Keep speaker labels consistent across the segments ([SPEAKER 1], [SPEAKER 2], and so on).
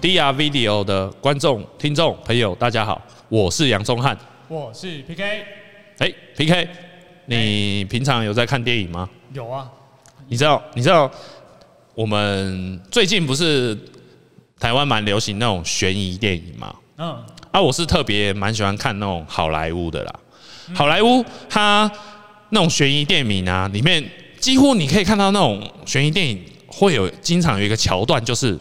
[SPEAKER 1] DR Video 的观众、听众朋友，大家好，我是杨宗翰。
[SPEAKER 2] 我是 PK，
[SPEAKER 1] 哎、p k 你平常有在看电影吗？
[SPEAKER 2] 有啊，
[SPEAKER 1] 你知道，你知道，我们最近不是台湾蛮流行那种悬疑电影吗？
[SPEAKER 2] 嗯，
[SPEAKER 1] 啊，我是特别蛮喜欢看那种好莱坞的啦。好莱坞它那种悬疑电影啊，里面几乎你可以看到那种悬疑电影会有经常有一个桥段，就是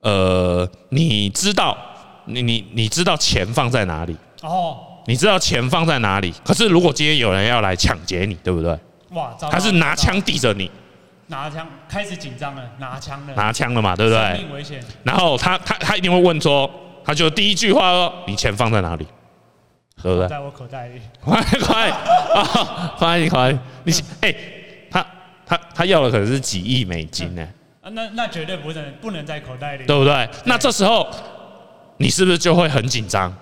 [SPEAKER 1] 呃，你知道你你你知道钱放在哪里，
[SPEAKER 2] 哦，
[SPEAKER 1] 你知道钱放在哪里，可是如果今天有人要来抢劫你，对不对？
[SPEAKER 2] 哇，糟糕
[SPEAKER 1] 他是拿枪抵着你，
[SPEAKER 2] 拿枪，开始紧张了，拿枪了，
[SPEAKER 1] 拿枪了嘛，对不
[SPEAKER 2] 生
[SPEAKER 1] 对？
[SPEAKER 2] 命危险，
[SPEAKER 1] 然后他他他一定会问说，他就第一句话说，你钱放在哪里，对不对？
[SPEAKER 2] 在我口袋里，
[SPEAKER 1] 快快啊！快点快点！你
[SPEAKER 2] 嗯
[SPEAKER 1] 哎、他他他要的可能是几亿美金呢、
[SPEAKER 2] 啊，那那绝对不能不能在口袋里，啊
[SPEAKER 1] 对不对？那这时候你是不是就会很紧张？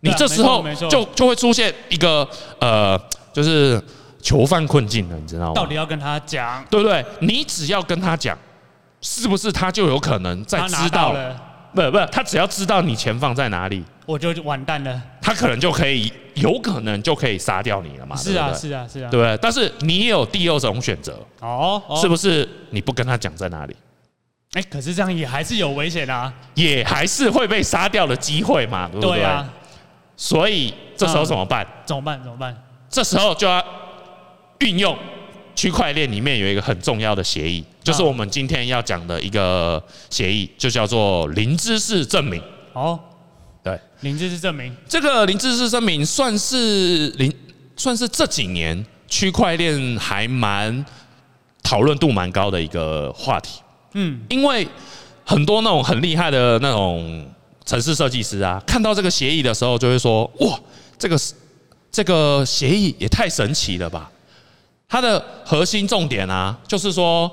[SPEAKER 1] 你
[SPEAKER 2] 对啊
[SPEAKER 1] 这时候
[SPEAKER 2] 没错没错
[SPEAKER 1] 就就会出现一个呃，就是囚犯困境了，你知道
[SPEAKER 2] 到
[SPEAKER 1] 吗？
[SPEAKER 2] 底要跟他讲，
[SPEAKER 1] 对不对？你只要跟他讲，是不是他就有可能在
[SPEAKER 2] 他拿
[SPEAKER 1] 知
[SPEAKER 2] 到
[SPEAKER 1] 道？
[SPEAKER 2] 了，
[SPEAKER 1] 不不，他只要知道你钱放在哪里，
[SPEAKER 2] 我就完蛋了，
[SPEAKER 1] 他可能就可以，有可能就可以杀掉你了嘛？
[SPEAKER 2] 是啊
[SPEAKER 1] 对不对
[SPEAKER 2] 是啊是啊
[SPEAKER 1] 对，不对？但是你也有第二种选择，
[SPEAKER 2] 哦，哦
[SPEAKER 1] 是不是你不跟他讲在哪里，
[SPEAKER 2] 哎，可是这样也还是有危险啊，
[SPEAKER 1] 也还是会被杀掉的机会嘛，对不对？嗯
[SPEAKER 2] 对啊，
[SPEAKER 1] 所以这时候怎么办？
[SPEAKER 2] 怎么办怎么办？
[SPEAKER 1] 这时候就要运用区块链里面有一个很重要的协议，就是我们今天要讲的一个协议，就叫做零知识证明。
[SPEAKER 2] 哦，
[SPEAKER 1] 对，
[SPEAKER 2] 零知识证明，
[SPEAKER 1] 这个零知识证明算是零，算是这几年区块链还蛮讨论度蛮高的一个话题。
[SPEAKER 2] 嗯，
[SPEAKER 1] 因为很多那种很厉害的那种城市设计师啊，看到这个协议的时候，就会说：哇，这个这个协议也太神奇了吧！它的核心重点啊，就是说，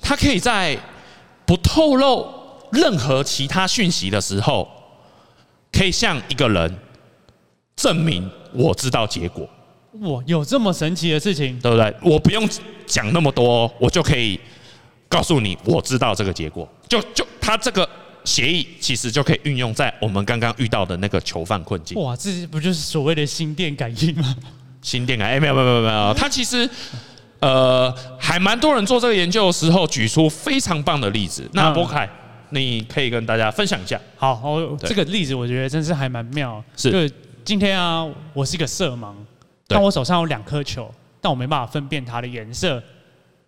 [SPEAKER 1] 它可以在不透露任何其他讯息的时候，可以向一个人证明我知道结果。
[SPEAKER 2] 哇，有这么神奇的事情，
[SPEAKER 1] 对不对？我不用讲那么多，我就可以告诉你，我知道这个结果。就就他这个协议，其实就可以运用在我们刚刚遇到的那个囚犯困境。
[SPEAKER 2] 哇，这不就是所谓的心电感应吗？
[SPEAKER 1] 新电感，哎、没有没有没有没
[SPEAKER 2] 嗯
[SPEAKER 1] 有，他其实。呃，还蛮多人做这个研究的时候举出非常棒的例子。那
[SPEAKER 2] 嗯
[SPEAKER 1] 波凯，你可以跟大家分享一下。
[SPEAKER 2] 好，我
[SPEAKER 1] 对
[SPEAKER 2] 这个例子我觉得真是还蛮妙。
[SPEAKER 1] 是
[SPEAKER 2] 就今天啊，我是一个色盲，
[SPEAKER 1] 对
[SPEAKER 2] 但我手上有两颗球，但我没办法分辨它的颜色，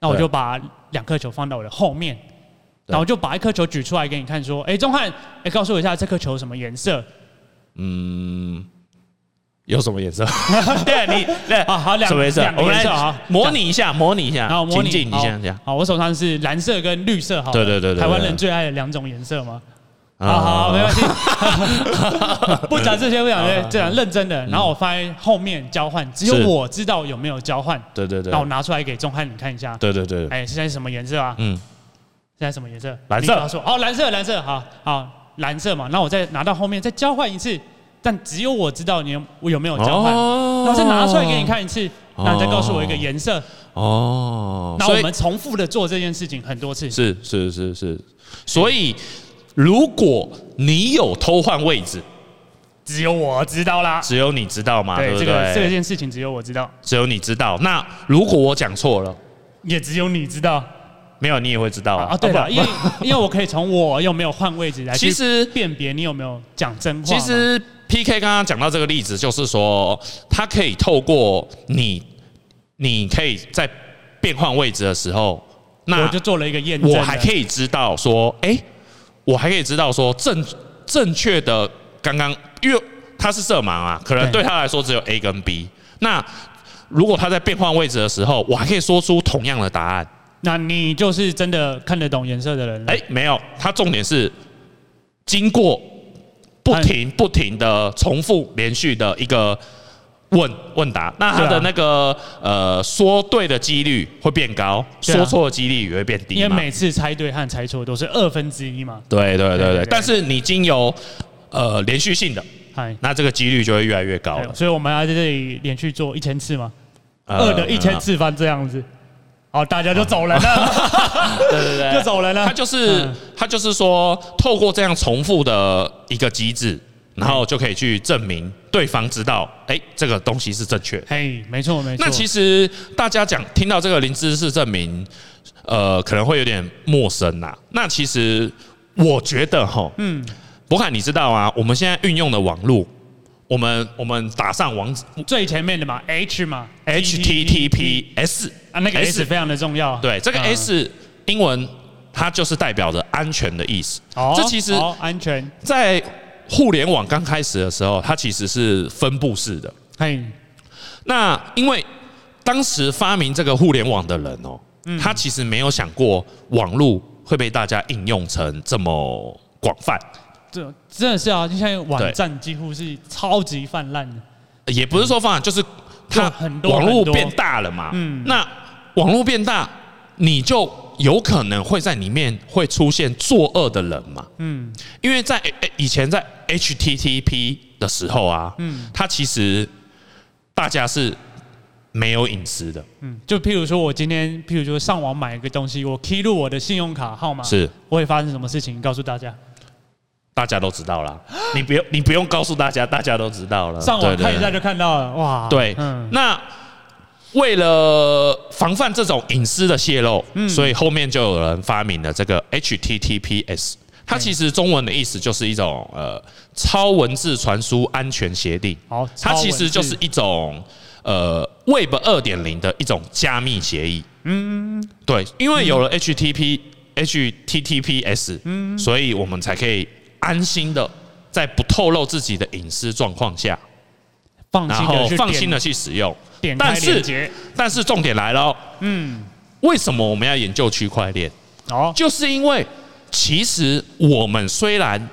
[SPEAKER 2] 那我
[SPEAKER 1] 对
[SPEAKER 2] 就把两颗球放到我的后面，然后就把一颗球举出来给你看，说：“哎，钟汉，哎，告诉我一下这颗球什么颜色
[SPEAKER 1] 有什么颜色？ 对，你对
[SPEAKER 2] 啊 好两
[SPEAKER 1] 什么颜色？
[SPEAKER 2] 两个
[SPEAKER 1] 我们
[SPEAKER 2] 颜色好
[SPEAKER 1] 来模拟一下，模拟一？”下，
[SPEAKER 2] 然后模拟
[SPEAKER 1] 情境啊一下
[SPEAKER 2] 好
[SPEAKER 1] 这样。
[SPEAKER 2] 好，我手上是蓝色跟绿色，好了，
[SPEAKER 1] 对对对对对
[SPEAKER 2] 台湾人最爱的两种颜色嘛。
[SPEAKER 1] 啊
[SPEAKER 2] 好好，没问题。 不讲这些，不讲这些，这样认真的。然后我发现后面交换，只
[SPEAKER 1] 啊嗯是
[SPEAKER 2] 有我知道有没有交换。
[SPEAKER 1] 嗯对对对
[SPEAKER 2] 那，我拿出来给钟汉你看一下。
[SPEAKER 1] 对对对，
[SPEAKER 2] 哎，现在是什么颜色啊？
[SPEAKER 1] 嗯，
[SPEAKER 2] 现在什么颜色？
[SPEAKER 1] 蓝色
[SPEAKER 2] 他说哦，蓝色，蓝色，好好，蓝色嘛。那我再拿到后面再交换一次，但只有我知道你有我有没有交换。
[SPEAKER 1] 哦
[SPEAKER 2] 那我再拿出来给你看一次，
[SPEAKER 1] 哦
[SPEAKER 2] 那你再告诉我一个颜色。
[SPEAKER 1] 哦，
[SPEAKER 2] 那
[SPEAKER 1] 所
[SPEAKER 2] 我
[SPEAKER 1] 以
[SPEAKER 2] 们重复的做这件事情很多次。
[SPEAKER 1] 是是是是，所以如果你有偷换位置，
[SPEAKER 2] 只有我知道啦。
[SPEAKER 1] 只有你知道嘛，啊对
[SPEAKER 2] 对，
[SPEAKER 1] 不
[SPEAKER 2] 这个这
[SPEAKER 1] 对？
[SPEAKER 2] 件事情只有我知道，
[SPEAKER 1] 只有你知道。那如果我讲错了，
[SPEAKER 2] 也只有你知道。
[SPEAKER 1] 没有你也会知道
[SPEAKER 2] 啊，对了，
[SPEAKER 1] 不
[SPEAKER 2] 因为因为我可以从我有没有换位置来
[SPEAKER 1] 其
[SPEAKER 2] 去
[SPEAKER 1] 实
[SPEAKER 2] 辨别你有没有讲真话
[SPEAKER 1] 其
[SPEAKER 2] 嘛。
[SPEAKER 1] 实 PK 刚刚讲到这个例子，就是说他可以透过你，你可以在变换位置的时候，那
[SPEAKER 2] 我就做了一个验证了，啊
[SPEAKER 1] 我还可以知道说，哎、我还可以知道说正正确的刚刚，因为他是色盲啊，可能对
[SPEAKER 2] 对
[SPEAKER 1] 他来说只有 A 跟 B。那如果他在变换位置的时候，我还可以说出同样的答案。
[SPEAKER 2] 那你就是真的看得懂颜色的人了。
[SPEAKER 1] 哎、没有，他重点是经过不停不停的重复连续的一个问问答，那他
[SPEAKER 2] 对
[SPEAKER 1] 的
[SPEAKER 2] 啊
[SPEAKER 1] 那个、呃说对的几率会变高，
[SPEAKER 2] 对啊
[SPEAKER 1] 说错的几率也会变低嘛。
[SPEAKER 2] 因为每次猜对和猜错都是二分之一嘛。
[SPEAKER 1] 对对对
[SPEAKER 2] 对
[SPEAKER 1] 对
[SPEAKER 2] 对，
[SPEAKER 1] 但是你经由呃连续性的，
[SPEAKER 2] 嗨，
[SPEAKER 1] 那这个几率就会越来越高
[SPEAKER 2] 哎
[SPEAKER 1] 了。
[SPEAKER 2] 所以我们要在这里连续做一千次嘛，
[SPEAKER 1] 呃
[SPEAKER 2] 二的一千，次方这样子。好，大家就走人了，
[SPEAKER 1] 呃对对对，
[SPEAKER 2] 就走人了
[SPEAKER 1] 他。就是
[SPEAKER 2] 嗯
[SPEAKER 1] 他就是说，透过这样重复的一个机制，然后就可以去证明对方知道，哎，这个东西是正确的。
[SPEAKER 2] 嘿，没错没错。
[SPEAKER 1] 那其实大家讲听到这个零知识证明，呃，可能会有点陌生呐、那其实我觉得哈，嗯，博凯，你知道啊，我们现在运用的网络，我们我们打上网址
[SPEAKER 2] 最前面的嘛，H 嘛
[SPEAKER 1] HTTPS
[SPEAKER 2] 啊，那个 S
[SPEAKER 1] S
[SPEAKER 2] 非常的重要。
[SPEAKER 1] 对，这个
[SPEAKER 2] 嗯
[SPEAKER 1] S 英文它就是代表着安全的意思。
[SPEAKER 2] 哦，
[SPEAKER 1] 这其实
[SPEAKER 2] 哦安全，
[SPEAKER 1] 在互联网刚开始的时候，它其实是分布式的。
[SPEAKER 2] 嘿，
[SPEAKER 1] 那因为当时发明这个互联网的人哦，
[SPEAKER 2] 嗯
[SPEAKER 1] 他其实没有想过网络会被大家应用成这么广泛，
[SPEAKER 2] 这真的是啊，就像网
[SPEAKER 1] 对
[SPEAKER 2] 站几乎是超级泛滥的。
[SPEAKER 1] 也不是说发展，就是它
[SPEAKER 2] 就很多
[SPEAKER 1] 网络
[SPEAKER 2] 很多嗯
[SPEAKER 1] 变大了嘛。那网络变大，你就有可能会在里面会出现作恶的人嘛。
[SPEAKER 2] 嗯，
[SPEAKER 1] 因为在诶诶以前在 HTTP 的时候啊，嗯，它其实大家是没有隐私的，
[SPEAKER 2] 嗯，就譬如说我今天，譬如说上网买一个东西，我披露我的信用卡号码，
[SPEAKER 1] 是啊
[SPEAKER 2] 我会发生什么事情？告诉大家，
[SPEAKER 1] 大家都知道 啦。你不用你不用告诉大家，大家都知道了。
[SPEAKER 2] 上
[SPEAKER 1] 对
[SPEAKER 2] 网
[SPEAKER 1] 对
[SPEAKER 2] 看一下
[SPEAKER 1] 对
[SPEAKER 2] 就看到了，哇，
[SPEAKER 1] 对，
[SPEAKER 2] 嗯，
[SPEAKER 1] 那为了防范这种隐私的泄露，所以后面就有人发明了这个 HTTPS。它其实中文的意思就是一种呃超文字传输安全协定。
[SPEAKER 2] 好，
[SPEAKER 1] 它
[SPEAKER 2] 超
[SPEAKER 1] 其
[SPEAKER 2] 文
[SPEAKER 1] 实就
[SPEAKER 2] 字
[SPEAKER 1] 是一种呃 Web 二点零的一种加密协议。嗯，对，因为有了 HTTP、HTTPS，嗯，所以我们才可以安心的在不透露自己的隐私状况下，
[SPEAKER 2] 放
[SPEAKER 1] 然
[SPEAKER 2] 心
[SPEAKER 1] 后
[SPEAKER 2] 的去
[SPEAKER 1] 放
[SPEAKER 2] 点
[SPEAKER 1] 心的去使用。
[SPEAKER 2] 点
[SPEAKER 1] 但
[SPEAKER 2] 开
[SPEAKER 1] 是
[SPEAKER 2] 链接，
[SPEAKER 1] 但是重点来了哦，
[SPEAKER 2] 嗯，
[SPEAKER 1] 为什么我们要研究区块链？
[SPEAKER 2] 哦，
[SPEAKER 1] 就是因为其实我们虽然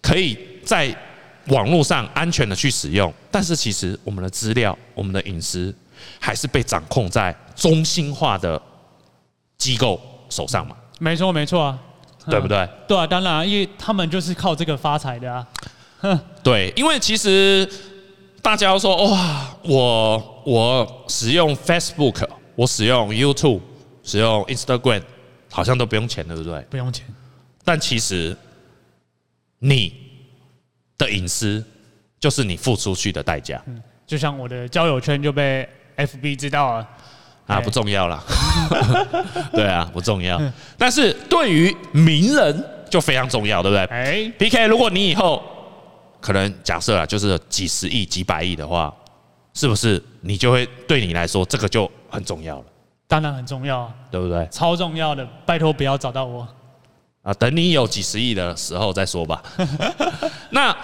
[SPEAKER 1] 可以在网络上安全的去使用，但是其实我们的资料、我们的隐私还是被掌控在中心化的机构手上嘛，
[SPEAKER 2] 没错没错啊，嗯
[SPEAKER 1] 对不？对？
[SPEAKER 2] 对啊，当然啊，因为他们就是靠这个发财的啊，
[SPEAKER 1] 对，因为其实大家都说哇，我我使用 Facebook，我使用 YouTube，使用 Instagram，好像都不用钱，对不对？
[SPEAKER 2] 不用钱，
[SPEAKER 1] 但其实你的隐私就是你付出去的代价
[SPEAKER 2] 就像我的交友圈就被 FB 知道了，
[SPEAKER 1] 啊，
[SPEAKER 2] 对
[SPEAKER 1] 不重要啦。对啊，不重要。但是对于名人就非常重要，对不对
[SPEAKER 2] 哎，
[SPEAKER 1] ？P K，如果你以后可能假设啊，就是几十亿、几百亿的话，是不是你就会对你来说这个就很重要了，
[SPEAKER 2] 当然很重要啊，
[SPEAKER 1] 对不对？
[SPEAKER 2] 超重要的，拜托不要找到我。
[SPEAKER 1] 啊，等你有几十亿的时候再说吧。 那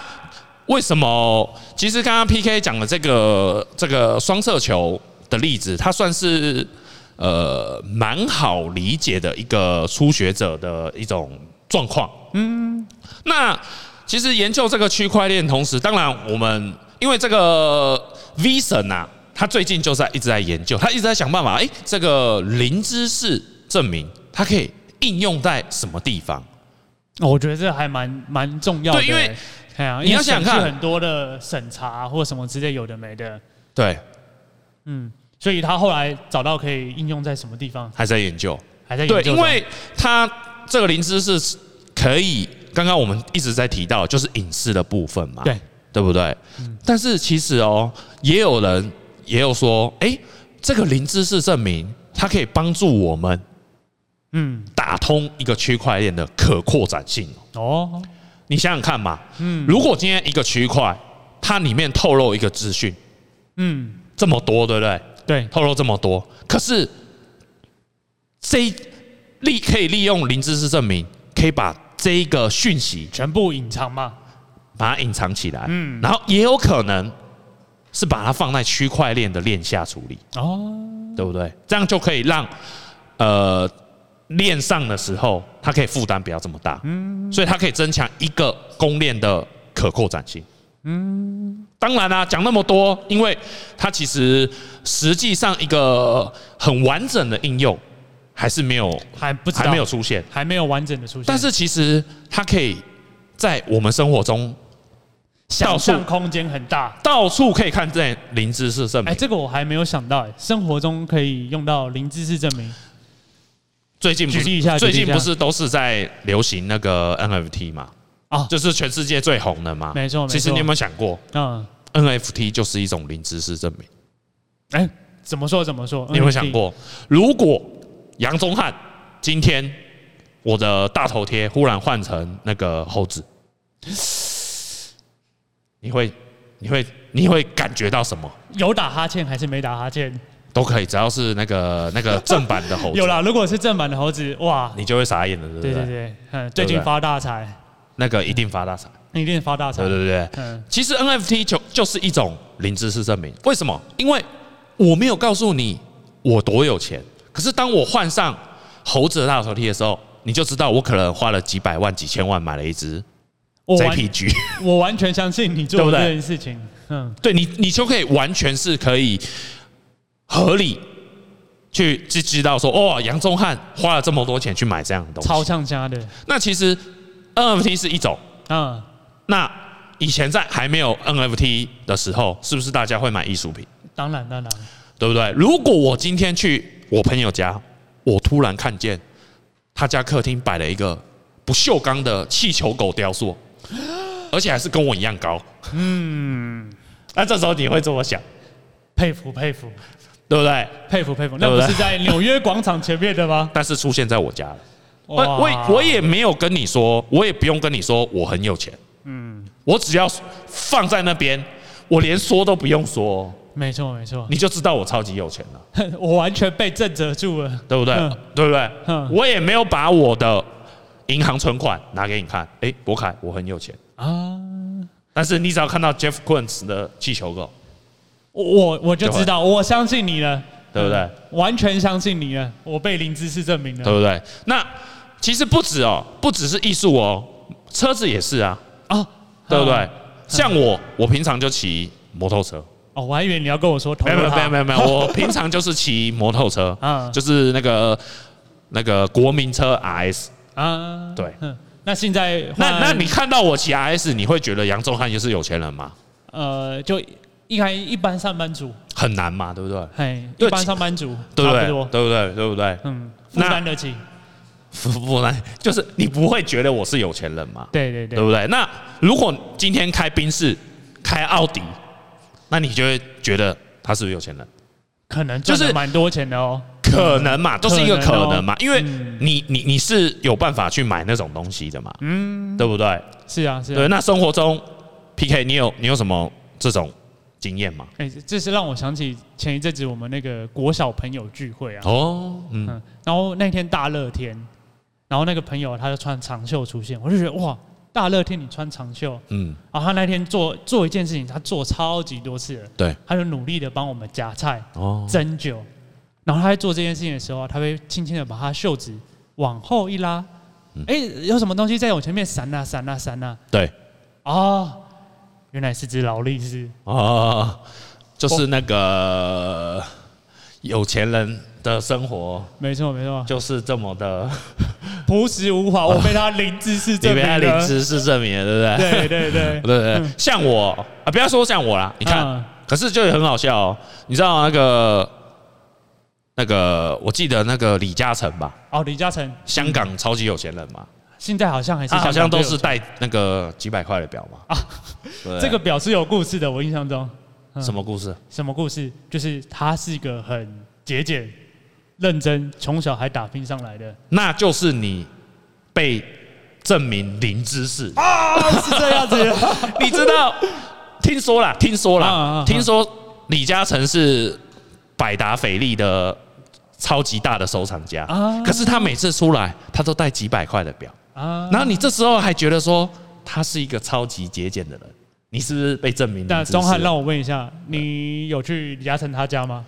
[SPEAKER 1] 为什么？其实刚刚 PK 讲的这个这个双色球的例子，它算是呃蛮好理解的一个初学者的一种状况。嗯，那其实研究这个区块链，同时当然我们因为这个 V 神啊，他最近就在一直在研究，他一直在想办法，哎、这个零知识证明它可以应用在什么地方？
[SPEAKER 2] 哦我觉得这还蛮蛮重要的欸。
[SPEAKER 1] 对因为
[SPEAKER 2] 哎呀，
[SPEAKER 1] 你
[SPEAKER 2] 因为
[SPEAKER 1] 要想
[SPEAKER 2] 省去
[SPEAKER 1] 看
[SPEAKER 2] 很多的审查或什么之类有的没的，
[SPEAKER 1] 对，
[SPEAKER 2] 所以他后来找到可以应用在什么地方，
[SPEAKER 1] 还在研究。
[SPEAKER 2] 还在研
[SPEAKER 1] 对，
[SPEAKER 2] 究中。
[SPEAKER 1] 因为它这个灵芝是可以，刚刚我们一直在提到，就是隐私的部分嘛，
[SPEAKER 2] 对
[SPEAKER 1] 对不对？
[SPEAKER 2] 嗯
[SPEAKER 1] 但是其实哦，也有人也有说，哎，这个灵芝是证明它可以帮助我们
[SPEAKER 2] 嗯
[SPEAKER 1] 打通一个区块链的可扩展性哦。
[SPEAKER 2] 哦
[SPEAKER 1] 你想想看嘛，
[SPEAKER 2] 嗯
[SPEAKER 1] 如果今天一个区块它里面透露一个资讯
[SPEAKER 2] 嗯
[SPEAKER 1] 这么多，对不对？
[SPEAKER 2] 对
[SPEAKER 1] 透露这么多，可是这一利可以利用零知识证明，可以把这一个讯息
[SPEAKER 2] 全部隐藏嘛，
[SPEAKER 1] 把它隐藏起来，嗯，然后也有可能是把它放在区块链的链下处理，
[SPEAKER 2] 哦
[SPEAKER 1] 对不对？这样就可以让呃链上的时候，它可以负担不要这么大，嗯，所以它可以增强一个公链的可扩展性。嗯，当然啦、讲那么多，因为它其实实际上一个很完整的应用还是没有，
[SPEAKER 2] 还不知道
[SPEAKER 1] 还没有出现。
[SPEAKER 2] 还没有完整的出现，
[SPEAKER 1] 但是其实它可以在我们生活中
[SPEAKER 2] 想
[SPEAKER 1] 到处
[SPEAKER 2] 象空间很大。
[SPEAKER 1] 到处可以看见零知识证
[SPEAKER 2] 哎，
[SPEAKER 1] 明。
[SPEAKER 2] 这个我还没有想到，哎，生活中可以用到零知识证明。
[SPEAKER 1] 最近不
[SPEAKER 2] 举例一下
[SPEAKER 1] 是最
[SPEAKER 2] 举
[SPEAKER 1] 近
[SPEAKER 2] 例一下
[SPEAKER 1] 不是都是在流行那个 NFT 嘛？
[SPEAKER 2] 啊
[SPEAKER 1] 就是全世界最红的嘛。
[SPEAKER 2] 没错没错
[SPEAKER 1] 其实你有没有想过
[SPEAKER 2] 嗯，
[SPEAKER 1] ，NFT 就是一种零知识证明？
[SPEAKER 2] 哎，怎么说怎么说？
[SPEAKER 1] 你有没有
[SPEAKER 2] 嗯
[SPEAKER 1] 想？过，如果杨宗汉今天我的大头贴忽然换成那个猴子，你会你会你会感觉到什么？
[SPEAKER 2] 有打哈欠还是没打哈欠？
[SPEAKER 1] 都可以，只要是那个那个正版的猴子，
[SPEAKER 2] 有啦，如果是正版的猴子，哇，
[SPEAKER 1] 你就会傻眼了，对不
[SPEAKER 2] 对
[SPEAKER 1] 对？
[SPEAKER 2] 对对，嗯，最近发大财，
[SPEAKER 1] 那个一定发大财，
[SPEAKER 2] 一定发大财
[SPEAKER 1] 对。对对。
[SPEAKER 2] 嗯，
[SPEAKER 1] 其实 NFT 就就是一种零知识证明，为什么？因为我没有告诉你我多有钱，可是当我换上猴子的大头贴的时候，你就知道我可能花了几百万、几千万买了一只
[SPEAKER 2] 我完
[SPEAKER 1] JPG，
[SPEAKER 2] 我完全相信你
[SPEAKER 1] 对
[SPEAKER 2] 做
[SPEAKER 1] 不
[SPEAKER 2] 的
[SPEAKER 1] 对哦
[SPEAKER 2] 这件事情。嗯，
[SPEAKER 1] 对你，你就可以完全是可以合理去知知道说，哦，杨宗汉花了这么多钱去买这样的东西，
[SPEAKER 2] 超呛家的。
[SPEAKER 1] 那其实 NFT 是一种，
[SPEAKER 2] 嗯，
[SPEAKER 1] 那以前在还没有 NFT 的时候，是不是大家会买艺术品，
[SPEAKER 2] 当然当然，
[SPEAKER 1] 对不对？如果我今天去我朋友家，我突然看见他家客厅摆了一个不锈钢的气球狗雕塑， 而且还是跟我一样高，嗯，那这时候你会这么想，
[SPEAKER 2] 佩服佩服
[SPEAKER 1] 对不对？
[SPEAKER 2] 佩服佩服。
[SPEAKER 1] 对
[SPEAKER 2] 那
[SPEAKER 1] 不对
[SPEAKER 2] 不是在纽约广场前面 的吗？
[SPEAKER 1] 但是出现在我家了。我
[SPEAKER 2] 哇
[SPEAKER 1] 我我也没有跟你说，我也不用跟你说我很有钱。嗯，我只要放在那边，我连说都不用说，
[SPEAKER 2] 没错没错，
[SPEAKER 1] 你就知道我超级有钱了，
[SPEAKER 2] 我完全被震慑住了。
[SPEAKER 1] 对不对
[SPEAKER 2] 嗯？
[SPEAKER 1] 对不对
[SPEAKER 2] 嗯？
[SPEAKER 1] 我也没有把我的银行存款拿给你看，诶，博凯，我很有钱
[SPEAKER 2] 啊
[SPEAKER 1] 啊。但是你只要看到 Jeff Koons 的气球狗，
[SPEAKER 2] 我我我就知道，我相信你了，
[SPEAKER 1] 啊对不对
[SPEAKER 2] 嗯？完全相信你了，我被零知识证明
[SPEAKER 1] 对
[SPEAKER 2] 了。
[SPEAKER 1] 不对？那其实不止哦，不只是艺术哦，车子也是啊，
[SPEAKER 2] 啊，
[SPEAKER 1] 对不对
[SPEAKER 2] 啊？？
[SPEAKER 1] 像我，我平常就骑摩托车。
[SPEAKER 2] 哦，我还以为你要跟我说，
[SPEAKER 1] 没有没有没有没
[SPEAKER 2] 有，
[SPEAKER 1] 有没有， 我平常就是骑摩托车，
[SPEAKER 2] 嗯
[SPEAKER 1] 就是那个那个国民车 RS。
[SPEAKER 2] 啊，
[SPEAKER 1] 对
[SPEAKER 2] 嗯，那现在
[SPEAKER 1] 那
[SPEAKER 2] 换
[SPEAKER 1] 那你看到我骑 RS，你会觉得杨宗汉就是有钱人吗？
[SPEAKER 2] 呃，就一般一般上班族，
[SPEAKER 1] 很难嘛，对不对？
[SPEAKER 2] 嘿，一
[SPEAKER 1] 对
[SPEAKER 2] 般上班族
[SPEAKER 1] 对
[SPEAKER 2] 差
[SPEAKER 1] 不
[SPEAKER 2] 不
[SPEAKER 1] 对？
[SPEAKER 2] 多，
[SPEAKER 1] 对不对？对不对？
[SPEAKER 2] 嗯，负
[SPEAKER 1] 那
[SPEAKER 2] 担得起，
[SPEAKER 1] 不不然就是你不会觉得我是有钱人嘛，
[SPEAKER 2] 对对
[SPEAKER 1] 对
[SPEAKER 2] 对，
[SPEAKER 1] 不对？那如果今天开宾士、开奥迪，那你就会觉得他是不是有钱人？
[SPEAKER 2] 可能
[SPEAKER 1] 就是
[SPEAKER 2] 赚得蛮多钱的哦，
[SPEAKER 1] 可能嘛，都是一个可能嘛，因为
[SPEAKER 2] 嗯
[SPEAKER 1] 你你你是有办法去买那种东西的嘛，嗯，对不对？
[SPEAKER 2] 是啊是啊
[SPEAKER 1] 对，，那生活中 PK，你有你有什么这种经验吗？
[SPEAKER 2] 哎，这是让我想起前一阵子我们那个国小朋友聚会啊，
[SPEAKER 1] 哦，嗯，
[SPEAKER 2] 嗯，然后那天大热天，然后那个朋友他就穿长袖出现，我就觉得哇，大热天你穿长袖，
[SPEAKER 1] 嗯，
[SPEAKER 2] 然后他那天做做一件事情，他做超级多次了，
[SPEAKER 1] 对，
[SPEAKER 2] 他就努力的帮我们夹菜、
[SPEAKER 1] 哦，
[SPEAKER 2] 蒸酒，然后他在做这件事情的时候，他会轻轻的把他袖子往后一拉，
[SPEAKER 1] 嗯
[SPEAKER 2] 哎、有什么东西在我前面闪啊闪啊闪啊，
[SPEAKER 1] 对，
[SPEAKER 2] 哦，原来是只劳力士，
[SPEAKER 1] 哦，就是那个有钱人的生活
[SPEAKER 2] 没错没错，
[SPEAKER 1] 就是这么的，
[SPEAKER 2] 朴实无华，我被他零知识
[SPEAKER 1] 你
[SPEAKER 2] 证
[SPEAKER 1] 被
[SPEAKER 2] 明
[SPEAKER 1] 他
[SPEAKER 2] 了，
[SPEAKER 1] 领知识证明了，对不对？
[SPEAKER 2] 对对
[SPEAKER 1] 对，
[SPEAKER 2] 对
[SPEAKER 1] 对对，像我啊，不要说像我啦，你看，
[SPEAKER 2] 嗯
[SPEAKER 1] 可是就很好笑哦，你知道那个那个，我记得那个李嘉诚吧，
[SPEAKER 2] 哦，李嘉诚。
[SPEAKER 1] 香港超级有钱人嘛，
[SPEAKER 2] 现在好像还是
[SPEAKER 1] 他好像
[SPEAKER 2] 嗯香港
[SPEAKER 1] 都
[SPEAKER 2] 队
[SPEAKER 1] 是戴那个几百块的表嘛。啊，
[SPEAKER 2] 有这个嗯表是有故事的，我印象中
[SPEAKER 1] 什么故事？
[SPEAKER 2] 什么故事？就是他是一个很节俭、认真，从小还打拼上 来的
[SPEAKER 1] 那就是你被证明零知识，
[SPEAKER 2] 啊，是这样子。
[SPEAKER 1] 你知道？听说啦，听说
[SPEAKER 2] 啊啊
[SPEAKER 1] 啦
[SPEAKER 2] 啊，
[SPEAKER 1] 听说李嘉诚是百达翡丽的超级大的收藏家
[SPEAKER 2] 啊，
[SPEAKER 1] 可是他每次出来，他都带几百块的表
[SPEAKER 2] 啊
[SPEAKER 1] 然后你这时候还觉得说他是一个超级节俭的人，你是不是被证明零
[SPEAKER 2] 那
[SPEAKER 1] 知识了？
[SPEAKER 2] 钟汉，让我问一下，你有去李嘉诚他家吗？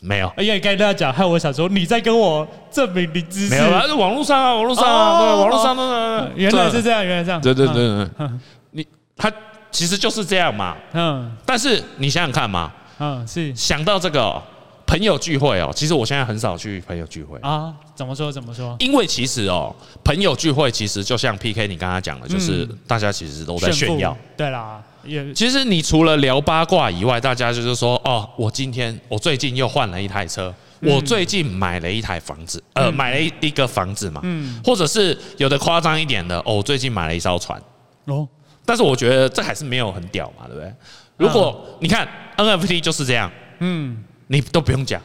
[SPEAKER 1] 没有。
[SPEAKER 2] 哎呀，刚才大家讲，害我想说你在跟我证明你知识
[SPEAKER 1] 没，有啊，是网络上啊，网络上啊，
[SPEAKER 2] 哦
[SPEAKER 1] 对，网络上都
[SPEAKER 2] 原来是这样，原来是这样。
[SPEAKER 1] 对对对
[SPEAKER 2] 嗯，
[SPEAKER 1] 对，对你他其实就是这样嘛。
[SPEAKER 2] 嗯
[SPEAKER 1] 但是你想想看嘛，
[SPEAKER 2] 嗯，是
[SPEAKER 1] 想到这个哦、朋友聚会哦，其实我现在很少去朋友聚会，
[SPEAKER 2] 啊，怎么说怎么说？
[SPEAKER 1] 因为其实哦，朋友聚会其实就像 PK 你刚刚讲的，就是大家其实都在炫
[SPEAKER 2] 嗯富
[SPEAKER 1] 耀，，
[SPEAKER 2] 对啦，也
[SPEAKER 1] 其实你除了聊八卦以外，大家就是说，哦，我今天我最近又换了一台车，
[SPEAKER 2] 嗯
[SPEAKER 1] 我最近买了一台房子，呃，买了一一个房子嘛，
[SPEAKER 2] 嗯
[SPEAKER 1] 或者是有的夸张一点的，哦，我最近买了一艘船，
[SPEAKER 2] 哦，
[SPEAKER 1] 但是我觉得这还是没有很屌嘛，对不对？如果你看 NFT 就是这样，
[SPEAKER 2] 嗯，
[SPEAKER 1] 你都不用讲，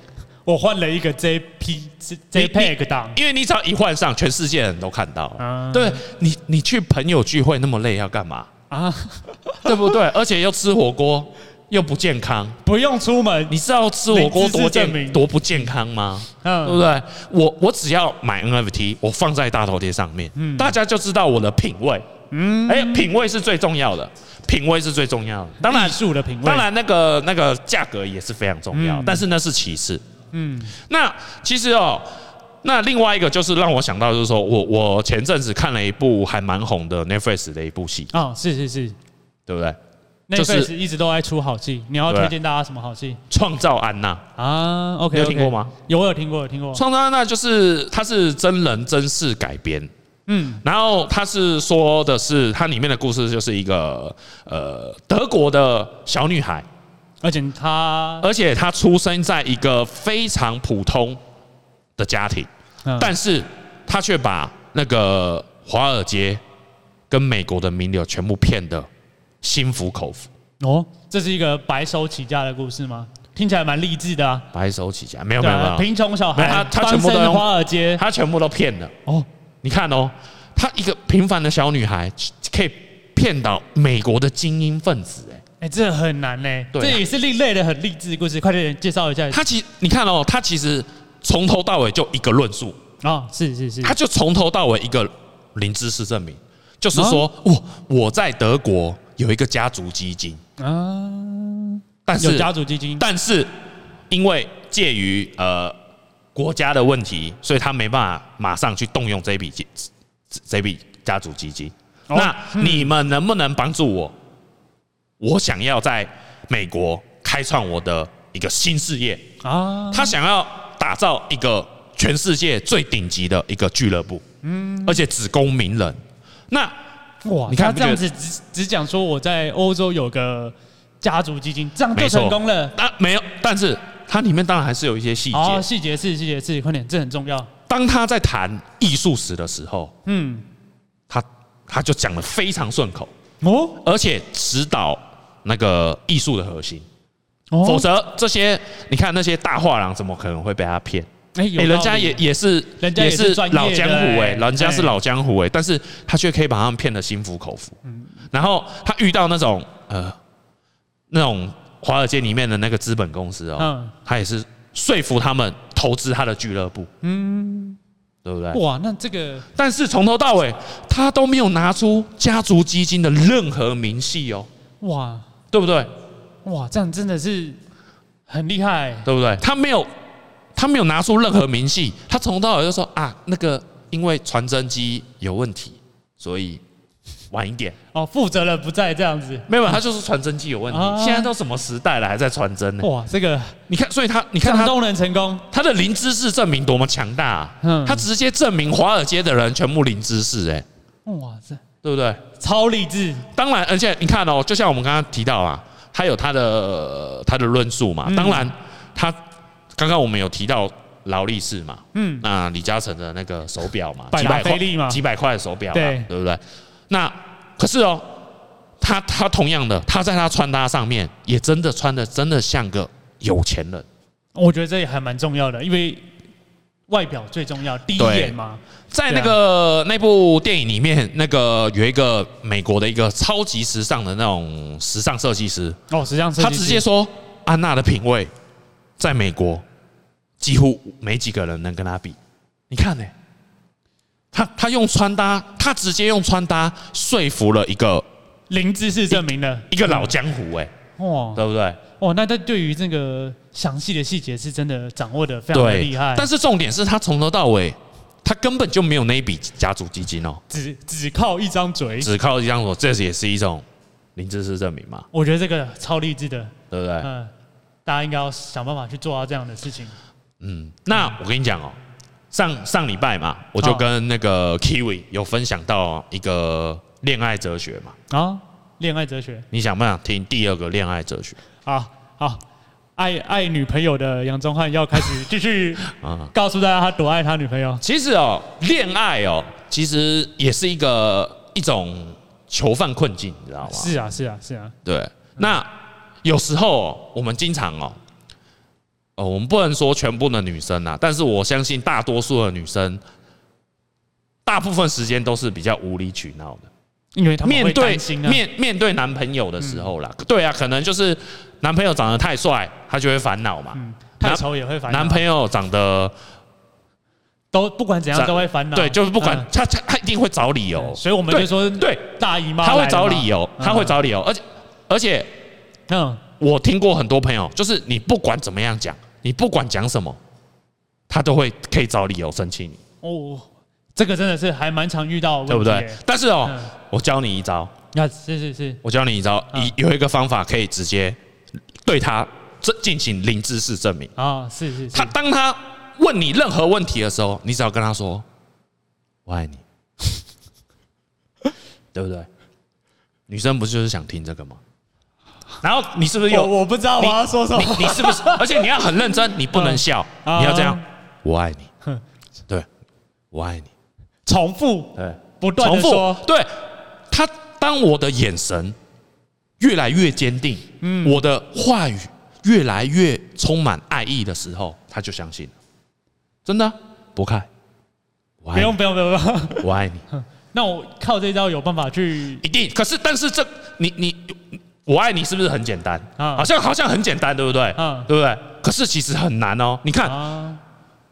[SPEAKER 2] 我换了一个 JP
[SPEAKER 1] 你
[SPEAKER 2] JPEG 档，
[SPEAKER 1] 因为你只要一换上，全世界人都看到了。
[SPEAKER 2] 啊
[SPEAKER 1] 对你，你去朋友聚会那么累要干嘛？
[SPEAKER 2] 啊，
[SPEAKER 1] 对不对？而且又吃火锅，又不健康。
[SPEAKER 2] 不用出门，
[SPEAKER 1] 你知道吃火锅多
[SPEAKER 2] 零自制证
[SPEAKER 1] 健
[SPEAKER 2] 明
[SPEAKER 1] 多不健康吗？对不
[SPEAKER 2] 嗯，
[SPEAKER 1] 对？我我只要买 NFT，我放在大头贴上面，
[SPEAKER 2] 嗯
[SPEAKER 1] 大家就知道我的品味。嗯，哎，品味是最重要的，品味是最重要的。当然
[SPEAKER 2] 艺，术的品味，
[SPEAKER 1] 当，然那个那个价格也是非常重要，
[SPEAKER 2] 嗯
[SPEAKER 1] 但是那是其次。
[SPEAKER 2] 嗯
[SPEAKER 1] 那其实哦，那另外一个就是让我想到，就是说我我前阵子看了一部还蛮红的 Netflix 的一部戏，
[SPEAKER 2] 啊，是是是
[SPEAKER 1] 对不对？就是
[SPEAKER 2] Netflix 一直都在出好戏，你要
[SPEAKER 1] 对
[SPEAKER 2] 推荐大家什么好戏
[SPEAKER 1] 创造安娜，
[SPEAKER 2] 啊？OK，
[SPEAKER 1] 你有听过？吗？
[SPEAKER 2] 有，我有听过，有听过。
[SPEAKER 1] 创造安娜就是它是真人真事改编，
[SPEAKER 2] 嗯
[SPEAKER 1] 然后它是说的是它里面的故事就是一个呃德国的小女孩，
[SPEAKER 2] 而且他，
[SPEAKER 1] 而且她出生在一个非常普通的家庭，
[SPEAKER 2] 嗯
[SPEAKER 1] 但是她却把那个华尔街跟美国的名流全部骗得心服口服，
[SPEAKER 2] 哦，这是一个白手起家的故事吗？听起来蛮励志的啊。
[SPEAKER 1] 白手起家，没有
[SPEAKER 2] 对
[SPEAKER 1] 没有没
[SPEAKER 2] 啊，
[SPEAKER 1] 有，
[SPEAKER 2] 贫穷小
[SPEAKER 1] 没有他
[SPEAKER 2] 孩
[SPEAKER 1] 他
[SPEAKER 2] 翻
[SPEAKER 1] 全部都
[SPEAKER 2] 身
[SPEAKER 1] 用
[SPEAKER 2] 华尔街。
[SPEAKER 1] 她全部都骗了。
[SPEAKER 2] 哦，
[SPEAKER 1] 你看哦，她一个平凡的小女孩可以骗到美国的精英分子，哎。
[SPEAKER 2] 哎，这很难呢，
[SPEAKER 1] 对啊
[SPEAKER 2] 这也是另类的很励志的故事，快点介绍一下。
[SPEAKER 1] 他其你看哦，他其实从头到尾就一个论述，
[SPEAKER 2] 啊，是是是，
[SPEAKER 1] 他就从头到尾一个零知识证明，就是
[SPEAKER 2] 啊
[SPEAKER 1] 说，我我在德国有一个家族基金，
[SPEAKER 2] 啊，
[SPEAKER 1] 但
[SPEAKER 2] 有
[SPEAKER 1] 是
[SPEAKER 2] 家族基金，
[SPEAKER 1] 但是因为介于呃国家的问题，所以他没办法马上去动用这笔基这这笔家族基金。
[SPEAKER 2] 哦
[SPEAKER 1] 那你们能不能帮助我？我想要在美国开创我的一个新事业。
[SPEAKER 2] 啊，
[SPEAKER 1] 他想要打造一个全世界最顶级的一个俱乐部，嗯，而且只供名人。那
[SPEAKER 2] 哇，
[SPEAKER 1] 你看
[SPEAKER 2] 他
[SPEAKER 1] 不
[SPEAKER 2] 这样
[SPEAKER 1] 觉
[SPEAKER 2] 子只只讲说我在欧洲有个家族基金，这样就成功了。
[SPEAKER 1] 啊没有，但是它里面当然还是有一些细节。
[SPEAKER 2] 好，细节是细节是，快点，这很重要。
[SPEAKER 1] 当他在谈艺术史的时候，
[SPEAKER 2] 嗯，
[SPEAKER 1] 他他就讲的非常顺口，
[SPEAKER 2] 哦，
[SPEAKER 1] 而且指导那个艺术的核心。
[SPEAKER 2] 哦
[SPEAKER 1] 否则这些你看那些大画廊怎么可能会被他骗？
[SPEAKER 2] 哎，有
[SPEAKER 1] 哎、人
[SPEAKER 2] 道
[SPEAKER 1] 家
[SPEAKER 2] 理
[SPEAKER 1] 也也是，
[SPEAKER 2] 人家也是
[SPEAKER 1] 是
[SPEAKER 2] 专业的
[SPEAKER 1] 老江湖哎、
[SPEAKER 2] 哎
[SPEAKER 1] 人家是
[SPEAKER 2] 哎
[SPEAKER 1] 老江湖哎、但是他却可以把他们骗得心服口服。
[SPEAKER 2] 嗯
[SPEAKER 1] 然后他遇到那种呃，那种华尔街里面的那个资本公司哦、
[SPEAKER 2] 嗯
[SPEAKER 1] 他也是说服他们投资他的俱乐部，嗯，对不对？
[SPEAKER 2] 哇，那这个
[SPEAKER 1] 但是从头到尾他都没有拿出家族基金的任何明细哦，
[SPEAKER 2] 哇
[SPEAKER 1] 对不对？
[SPEAKER 2] 哇，这样真的是很厉害。
[SPEAKER 1] 对不对？他没有，他没有拿出任何明细，他从头到尾就说啊，那个因为传真机有问题，所以晚一点。
[SPEAKER 2] 哦，负责人不在这样子，
[SPEAKER 1] 没有，他就是传真机有问题。
[SPEAKER 2] 啊哦
[SPEAKER 1] 现在都什么时代了，还在传真呢？
[SPEAKER 2] 哇，这个
[SPEAKER 1] 你看，所以他，你
[SPEAKER 2] 这
[SPEAKER 1] 看他
[SPEAKER 2] 样都能成功，
[SPEAKER 1] 他的零知识证明多么强大、啊，
[SPEAKER 2] 嗯
[SPEAKER 1] 他直接证明华尔街的人全部零知识，哎，
[SPEAKER 2] 哇，这
[SPEAKER 1] 对不对？
[SPEAKER 2] 超励志。
[SPEAKER 1] 当然，而且你看哦，就像我们刚刚提到啊，他有他的他的论述嘛。
[SPEAKER 2] 嗯
[SPEAKER 1] 当然，他刚刚我们有提到劳力士嘛，
[SPEAKER 2] 嗯，
[SPEAKER 1] 那李嘉诚的那个手表嘛，
[SPEAKER 2] 百
[SPEAKER 1] 几
[SPEAKER 2] 达
[SPEAKER 1] 百块
[SPEAKER 2] 翡丽嘛
[SPEAKER 1] 几百块的手表嘛，
[SPEAKER 2] 对
[SPEAKER 1] 对不对？那可是哦，他他同样的，他在他穿搭上面也真的穿的真的像个有钱人，
[SPEAKER 2] 我觉得这也还蛮重要的，因为外表最重要，第一
[SPEAKER 1] 对
[SPEAKER 2] 眼嘛。
[SPEAKER 1] 在那个、啊那部电影里面，那个有一个美国的一个超级时尚的那种时尚设计师，
[SPEAKER 2] 哦，实际上
[SPEAKER 1] 他直接说安娜的品味在美国几乎没几个人能跟她比。你看呢、他他用穿搭，他直接用穿搭说服了一个
[SPEAKER 2] 零知识证明了
[SPEAKER 1] 一个老江湖、哎，
[SPEAKER 2] 哇
[SPEAKER 1] 对不对？
[SPEAKER 2] 哇，那他嗯对于这个详细的细节是真的掌握的非常的
[SPEAKER 1] 对
[SPEAKER 2] 厉害，，
[SPEAKER 1] 但是重点是他从头到尾，他根本就没有那一笔家族基金哦，
[SPEAKER 2] 只只靠一张嘴，
[SPEAKER 1] 只靠这样说，这也是一种零知识证明嘛，
[SPEAKER 2] 我觉得这个超励志的，
[SPEAKER 1] 对不对？
[SPEAKER 2] 嗯，大家应该要想办法去做到这样的事情。
[SPEAKER 1] 嗯，那我跟你讲哦，上上礼拜嘛，我就
[SPEAKER 2] 哦
[SPEAKER 1] 跟那个 Kiwi 有分享到一个恋爱哲学嘛。
[SPEAKER 2] 啊，恋爱哲学，
[SPEAKER 1] 你想不想听第二个恋爱哲学
[SPEAKER 2] 好啊好。爱爱女朋友的杨宗翰要开始继续
[SPEAKER 1] 啊？
[SPEAKER 2] 告诉大家他多爱他女朋友。
[SPEAKER 1] 其实哦，恋爱哦，其实也是一个一种囚犯困境，你知道吗？
[SPEAKER 2] 是啊，是啊，是啊，
[SPEAKER 1] 对，那有时候哦我们经常哦，哦，我们不能说全部的女生啊，但是我相信大多数的女生，大部分时间都是比较无理取闹的。
[SPEAKER 2] 因为他们
[SPEAKER 1] 面
[SPEAKER 2] 会
[SPEAKER 1] 对
[SPEAKER 2] 担心啊。
[SPEAKER 1] 面面对男朋友的时候啦，对啊，可能就是男朋友长得太帅，她就会烦恼嘛。
[SPEAKER 2] 嗯，太丑也会烦恼。
[SPEAKER 1] 男朋友长得
[SPEAKER 2] 都不管怎样
[SPEAKER 1] 长
[SPEAKER 2] 都会烦恼。
[SPEAKER 1] 对，就是不管
[SPEAKER 2] 嗯
[SPEAKER 1] 他他他一定会找理由，
[SPEAKER 2] 所以我们就说
[SPEAKER 1] 对，
[SPEAKER 2] 大姨妈
[SPEAKER 1] 他会
[SPEAKER 2] 来了
[SPEAKER 1] 找
[SPEAKER 2] 嘛
[SPEAKER 1] 理由，他会。找理由，而且而且
[SPEAKER 2] 嗯，
[SPEAKER 1] 我听过很多朋友，就是你不管怎么样讲，你不管讲什么，他都会可以找理由生气你，
[SPEAKER 2] 哦，这个真的是还蛮常遇到的问题
[SPEAKER 1] 对不对
[SPEAKER 2] 耶？？
[SPEAKER 1] 但是哦，
[SPEAKER 2] 嗯
[SPEAKER 1] 我教你一招，
[SPEAKER 2] 那啊是是是，
[SPEAKER 1] 我教你一招，
[SPEAKER 2] 嗯
[SPEAKER 1] 一有一个方法可以直接对他这进行零知识证明。
[SPEAKER 2] 啊，是是是
[SPEAKER 1] 他，当他问你任何问题的时候，你只要跟他说“我爱你”， 对不对？女生不就是想听这个吗？然后你是不是又
[SPEAKER 2] 哦我我不知道我要说什么。
[SPEAKER 1] 你是不 是？而且你要很认真，你不能笑，
[SPEAKER 2] 嗯
[SPEAKER 1] 你要这样
[SPEAKER 2] 啊，
[SPEAKER 1] 我爱你
[SPEAKER 2] 哼，
[SPEAKER 1] 对，我爱你，
[SPEAKER 2] 重复
[SPEAKER 1] 对，
[SPEAKER 2] 不断
[SPEAKER 1] 重
[SPEAKER 2] 的
[SPEAKER 1] 复
[SPEAKER 2] 说，，
[SPEAKER 1] 对他，当我的眼神越来越坚定，
[SPEAKER 2] 嗯
[SPEAKER 1] 我的话语越来越充满爱意的时候，他就相信了，真的啊，博凯，我
[SPEAKER 2] 不
[SPEAKER 1] 爱
[SPEAKER 2] 用
[SPEAKER 1] 你，
[SPEAKER 2] 不用不用不用。
[SPEAKER 1] 我爱你，
[SPEAKER 2] 那我靠这招有办法去
[SPEAKER 1] 一定。可是，但是这你你。我爱你是不是很简单？
[SPEAKER 2] 嗯
[SPEAKER 1] 好像好像很简单，对不对？
[SPEAKER 2] 嗯
[SPEAKER 1] 对不对？可是其实很难哦。你看，
[SPEAKER 2] 啊？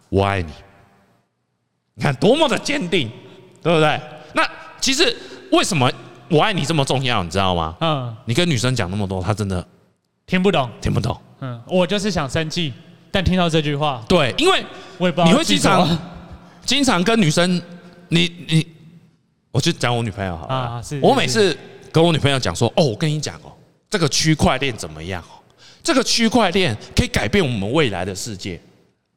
[SPEAKER 1] 我爱你。你看多么的坚定，对不对？那其实为什么我爱你这么重要，你知道吗？
[SPEAKER 2] 嗯，
[SPEAKER 1] 你跟女生讲那么多，她真的
[SPEAKER 2] 听不懂。
[SPEAKER 1] 听不懂。
[SPEAKER 2] 嗯，我就是想生气，但听到这句话，
[SPEAKER 1] 对，因为
[SPEAKER 2] 我也不知道
[SPEAKER 1] 你会
[SPEAKER 2] 自己
[SPEAKER 1] 经
[SPEAKER 2] 说
[SPEAKER 1] 常经常跟女生，你你，我就讲我女朋友好了。
[SPEAKER 2] 啊是
[SPEAKER 1] 我
[SPEAKER 2] 是
[SPEAKER 1] 每次跟我女朋友讲说，哦，我跟你讲哦，这个区块链怎么样哦？这个区块链可以改变我们未来的世界。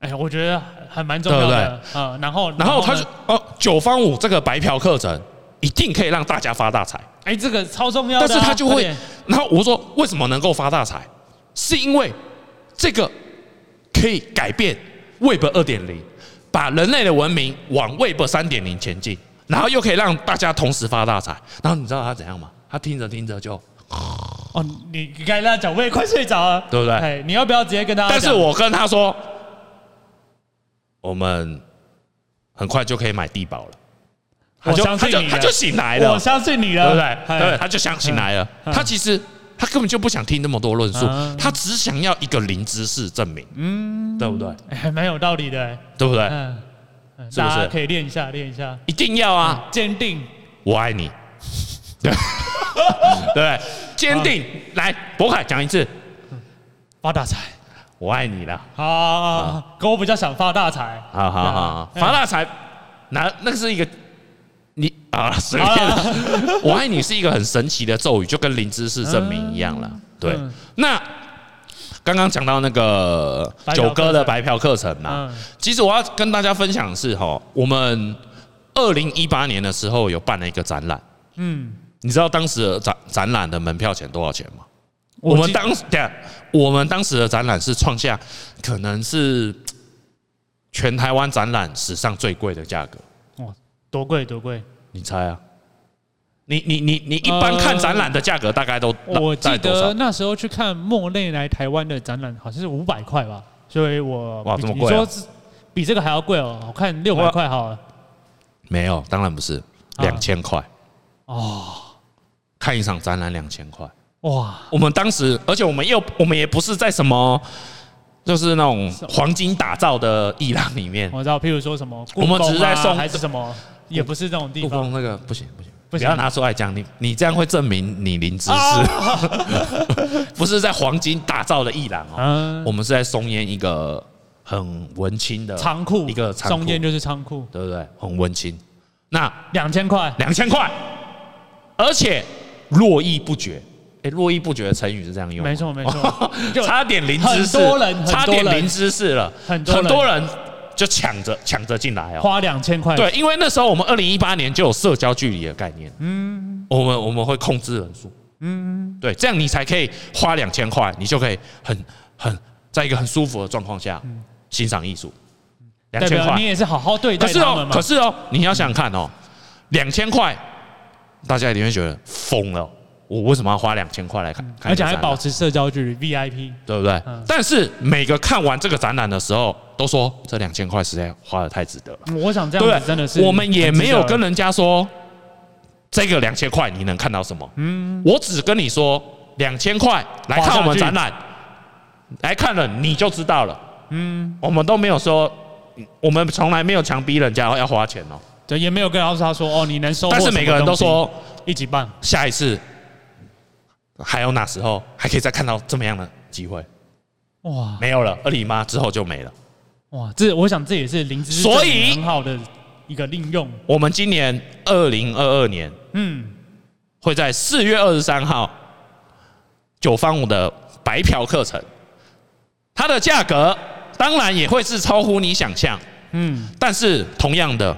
[SPEAKER 2] 哎，我觉得还蛮重要
[SPEAKER 1] 对
[SPEAKER 2] 的。嗯，然后
[SPEAKER 1] 然后她
[SPEAKER 2] 呢
[SPEAKER 1] 就哦，九方五这个白嫖课程一定可以让大家发大财。
[SPEAKER 2] 哎，这个超重要的啊。
[SPEAKER 1] 但是他就
[SPEAKER 2] 快
[SPEAKER 1] 会
[SPEAKER 2] 点，
[SPEAKER 1] 然后我说为什么能够发大财，是因为这个可以改变 Web 二点零，把人类的文明往 Web 三点零前进，然后又可以让大家同时发大财。然后你知道他怎样吗？他听着听着就，
[SPEAKER 2] 哦，你你该他讲，我也快睡着了，
[SPEAKER 1] 对不对
[SPEAKER 2] 哎，你要不要直接跟大家
[SPEAKER 1] 但
[SPEAKER 2] 讲？
[SPEAKER 1] 是我跟他说，我们很快就可以买地堡了。他
[SPEAKER 2] 我
[SPEAKER 1] 就
[SPEAKER 2] 相
[SPEAKER 1] 他
[SPEAKER 2] 信
[SPEAKER 1] 就
[SPEAKER 2] 你了
[SPEAKER 1] 他就醒来了，
[SPEAKER 2] 我相信你
[SPEAKER 1] 对
[SPEAKER 2] 了，
[SPEAKER 1] 不对？
[SPEAKER 2] 哎
[SPEAKER 1] 对，他就想醒来了。
[SPEAKER 2] 嗯
[SPEAKER 1] 他其实他根本就不想听那么多论述
[SPEAKER 2] 嗯，
[SPEAKER 1] 他只想要一个零知识证明，嗯，对不对？
[SPEAKER 2] 哎还蛮有道理的，哎
[SPEAKER 1] 对不对？
[SPEAKER 2] 嗯，嗯
[SPEAKER 1] 是不是
[SPEAKER 2] 大家可以练一下，练一下，
[SPEAKER 1] 一定要啊！
[SPEAKER 2] 坚定，
[SPEAKER 1] 我爱 你，对对不对，坚定。
[SPEAKER 2] 嗯
[SPEAKER 1] 来，博凯讲一次，
[SPEAKER 2] 发大财。
[SPEAKER 1] 我爱你啦！
[SPEAKER 2] 好好，好好可我比较想发大财。
[SPEAKER 1] 好好好好，
[SPEAKER 2] 嗯
[SPEAKER 1] 发大财，那那个是一个。你啊，随便
[SPEAKER 2] 好
[SPEAKER 1] 啦。 我爱你是一个很神奇的咒语，就跟零知识证明一样了。对，
[SPEAKER 2] 嗯
[SPEAKER 1] 那刚刚讲到那个
[SPEAKER 2] 白嫖
[SPEAKER 1] 九哥的
[SPEAKER 2] 课程
[SPEAKER 1] 白嫖课程嘛，
[SPEAKER 2] 嗯，
[SPEAKER 1] 其实我要跟大家分享的是哈，我们二零一八年的时候有办了一个展览，
[SPEAKER 2] 嗯，
[SPEAKER 1] 你知道当时的展展览的门票钱多少钱吗？我们
[SPEAKER 2] 记
[SPEAKER 1] 当时等一下我们当时的展览是创下可能是嘖全台湾展览史上最贵的价格，
[SPEAKER 2] 哇，多贵多贵，
[SPEAKER 1] 你猜啊？你你你你一般
[SPEAKER 2] 呃
[SPEAKER 1] 看展览的价格大概都
[SPEAKER 2] 我
[SPEAKER 1] 大
[SPEAKER 2] 记
[SPEAKER 1] 概多少
[SPEAKER 2] 得那时候去看莫内来台湾的展览，好像是五百块吧，所以我
[SPEAKER 1] 哇
[SPEAKER 2] 比
[SPEAKER 1] 这么
[SPEAKER 2] 你
[SPEAKER 1] 贵啊
[SPEAKER 2] 说是比这个还要贵哦，我看六百
[SPEAKER 1] 哇
[SPEAKER 2] 块好了。
[SPEAKER 1] 没有，当然不是
[SPEAKER 2] 啊
[SPEAKER 1] 两千块
[SPEAKER 2] 哦，
[SPEAKER 1] 看一场展览两千块。
[SPEAKER 2] 哇，
[SPEAKER 1] 我们当时，而且我们又我们也不是在什么，就是那种黄金打造的伊朗里面，
[SPEAKER 2] 我知道，譬如说什么，
[SPEAKER 1] 我们只是在送
[SPEAKER 2] 故宫啊还是什么，也不是这种地
[SPEAKER 1] 故
[SPEAKER 2] 方。
[SPEAKER 1] 宫那个不行不行，
[SPEAKER 2] 不
[SPEAKER 1] 不
[SPEAKER 2] 行啊
[SPEAKER 1] 要拿出来讲，你你这样会证明你零知识，不是在黄金打造的伊朗哦，
[SPEAKER 2] 嗯，
[SPEAKER 1] 我们是在松烟一个很文青的
[SPEAKER 2] 仓库
[SPEAKER 1] 一个仓库
[SPEAKER 2] 中，间就是仓库，
[SPEAKER 1] 对不对？很文青，那
[SPEAKER 2] 两千块
[SPEAKER 1] 两千块，而且络绎不绝。哎，络绎不绝的成语是这样用吗，
[SPEAKER 2] 没错 没错就
[SPEAKER 1] 差点零知识，
[SPEAKER 2] 很多人很多人
[SPEAKER 1] 差点零知识了，
[SPEAKER 2] 很多人
[SPEAKER 1] 人就抢着抢着进来哦。
[SPEAKER 2] 花两千块，
[SPEAKER 1] 对，因为那时候我们二零一八年就有社交距离的概念，嗯，我们我们会控制人数，
[SPEAKER 2] 嗯，
[SPEAKER 1] 对，这样你才可以花两千块，你就可以很很在一个很舒服的状况下欣赏艺术。两
[SPEAKER 2] 嗯代
[SPEAKER 1] 千
[SPEAKER 2] 表
[SPEAKER 1] 块
[SPEAKER 2] 你，也是好好对
[SPEAKER 1] 可
[SPEAKER 2] 待
[SPEAKER 1] 是
[SPEAKER 2] 他们
[SPEAKER 1] 哦，
[SPEAKER 2] 嘛
[SPEAKER 1] 可。是哦，你要想想看哦，两千块，大家一定会觉得疯了，我为什么要花两千块来看？看一
[SPEAKER 2] 嗯而
[SPEAKER 1] 个
[SPEAKER 2] 且
[SPEAKER 1] 展
[SPEAKER 2] 还
[SPEAKER 1] 览
[SPEAKER 2] 保持社交距离 VIP，
[SPEAKER 1] 对不对
[SPEAKER 2] 嗯？
[SPEAKER 1] 但是每个看完这个展览的时候，都说这两千块实在花的太值得了，
[SPEAKER 2] 我想这
[SPEAKER 1] 对
[SPEAKER 2] 样
[SPEAKER 1] 不
[SPEAKER 2] 子真的是
[SPEAKER 1] 对？我们也
[SPEAKER 2] 很值得
[SPEAKER 1] 没有跟人家说这个两千块你能看到什么，嗯，我只跟你说两千块来看我们展览，来看了你就知道了，嗯，我们都没有说。我们从来没有强逼人家要花钱哦，
[SPEAKER 2] 对，也没有跟老师他说哦，你能收获
[SPEAKER 1] 但
[SPEAKER 2] 什么东
[SPEAKER 1] 是每
[SPEAKER 2] 西，
[SPEAKER 1] 个人都说
[SPEAKER 2] 一起办，
[SPEAKER 1] 下一次还有哪时候还可以再看到这么样的机会，
[SPEAKER 2] 哇
[SPEAKER 1] 没有了，二姨妈之后就没了。
[SPEAKER 2] 哇，这我想这也是灵芝，
[SPEAKER 1] 所以
[SPEAKER 2] 很好的一个利用，
[SPEAKER 1] 我们今年二零二二年
[SPEAKER 2] 嗯，
[SPEAKER 1] 会在四月二十三号九方五的白嫖课程，它的价格当然也会是超乎你想象，
[SPEAKER 2] 嗯，
[SPEAKER 1] 但是同样的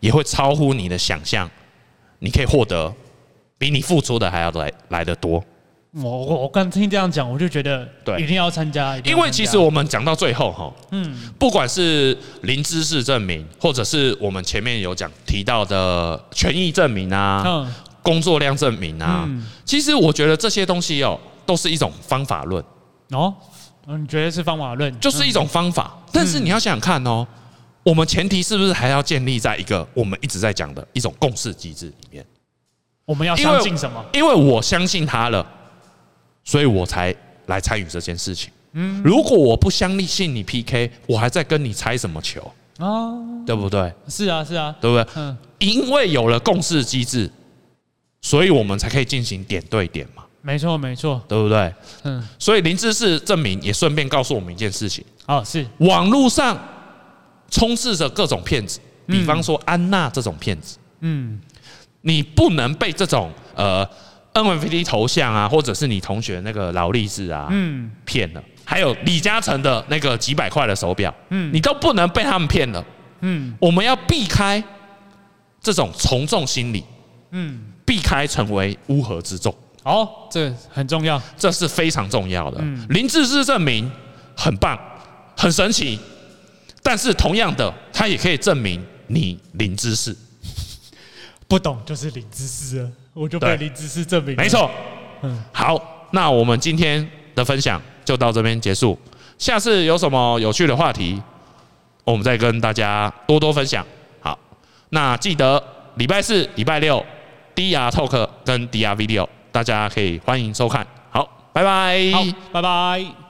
[SPEAKER 1] 也会超乎你的想象，你可以获得比你付出的还要来来得多。
[SPEAKER 2] 我我我刚听这样讲，我就觉得
[SPEAKER 1] 对
[SPEAKER 2] 一定要参加，一定
[SPEAKER 1] 因
[SPEAKER 2] 要
[SPEAKER 1] 为
[SPEAKER 2] 参加
[SPEAKER 1] 其实我们讲到最后哈，
[SPEAKER 2] 嗯
[SPEAKER 1] 不管是零知识证明，或者是我们前面有讲提到的权益证明啊，
[SPEAKER 2] 嗯
[SPEAKER 1] 工作量证明啊，
[SPEAKER 2] 嗯
[SPEAKER 1] 其实我觉得这些东西哦，都是一种方法论，
[SPEAKER 2] 哦，嗯，你觉得是方法论，
[SPEAKER 1] 就是一种方法。但是你要想想看哦，我们前提是不是还要建立在一个我们一直在讲的一种共识机制里面？
[SPEAKER 2] 我们要
[SPEAKER 1] 因为
[SPEAKER 2] 相信什么？
[SPEAKER 1] 因为我相信他了，所以我才来参与这件事情。嗯，如果我不相信你 PK，我还在跟你猜什么球，
[SPEAKER 2] 啊，
[SPEAKER 1] 对不对？
[SPEAKER 2] 是啊是啊，
[SPEAKER 1] 对不对？
[SPEAKER 2] 嗯，
[SPEAKER 1] 因为有了共识机制，所以我们才可以进行点对点嘛，
[SPEAKER 2] 没错没错，
[SPEAKER 1] 对不对？
[SPEAKER 2] 嗯，
[SPEAKER 1] 所以林芝士证明也顺便告诉我们一件事情：
[SPEAKER 2] 哦是，
[SPEAKER 1] 网络上充斥着各种骗子，比方说安娜这种骗子，
[SPEAKER 2] 嗯
[SPEAKER 1] 你不能被这种呃 NFT 头像啊，或者是你同学那个劳力士啊
[SPEAKER 2] 嗯
[SPEAKER 1] 骗了，还有李嘉诚的那个几百块的手表，
[SPEAKER 2] 嗯
[SPEAKER 1] 你都不能被他们骗了。
[SPEAKER 2] 嗯
[SPEAKER 1] 我们要避开这种从众心理，
[SPEAKER 2] 嗯，
[SPEAKER 1] 避开成为乌合之众。
[SPEAKER 2] 哦，这很重要，
[SPEAKER 1] 这是非常重要的。
[SPEAKER 2] 嗯
[SPEAKER 1] 林志志证明很棒，很神奇，但是同样的，它也可以证明你零知识。
[SPEAKER 2] 嗯不懂就是零知识了，我就被
[SPEAKER 1] 对
[SPEAKER 2] 零知识证明，
[SPEAKER 1] 没，错。
[SPEAKER 2] 嗯，
[SPEAKER 1] 好，那我们今天的分享就到这边结束。下次有什么有趣的话题，我们再跟大家多多分享。好，那记得礼拜四、礼拜六 DR Talk 跟 DR Video，大家可以欢迎收看。好，拜拜。
[SPEAKER 2] 好，拜拜。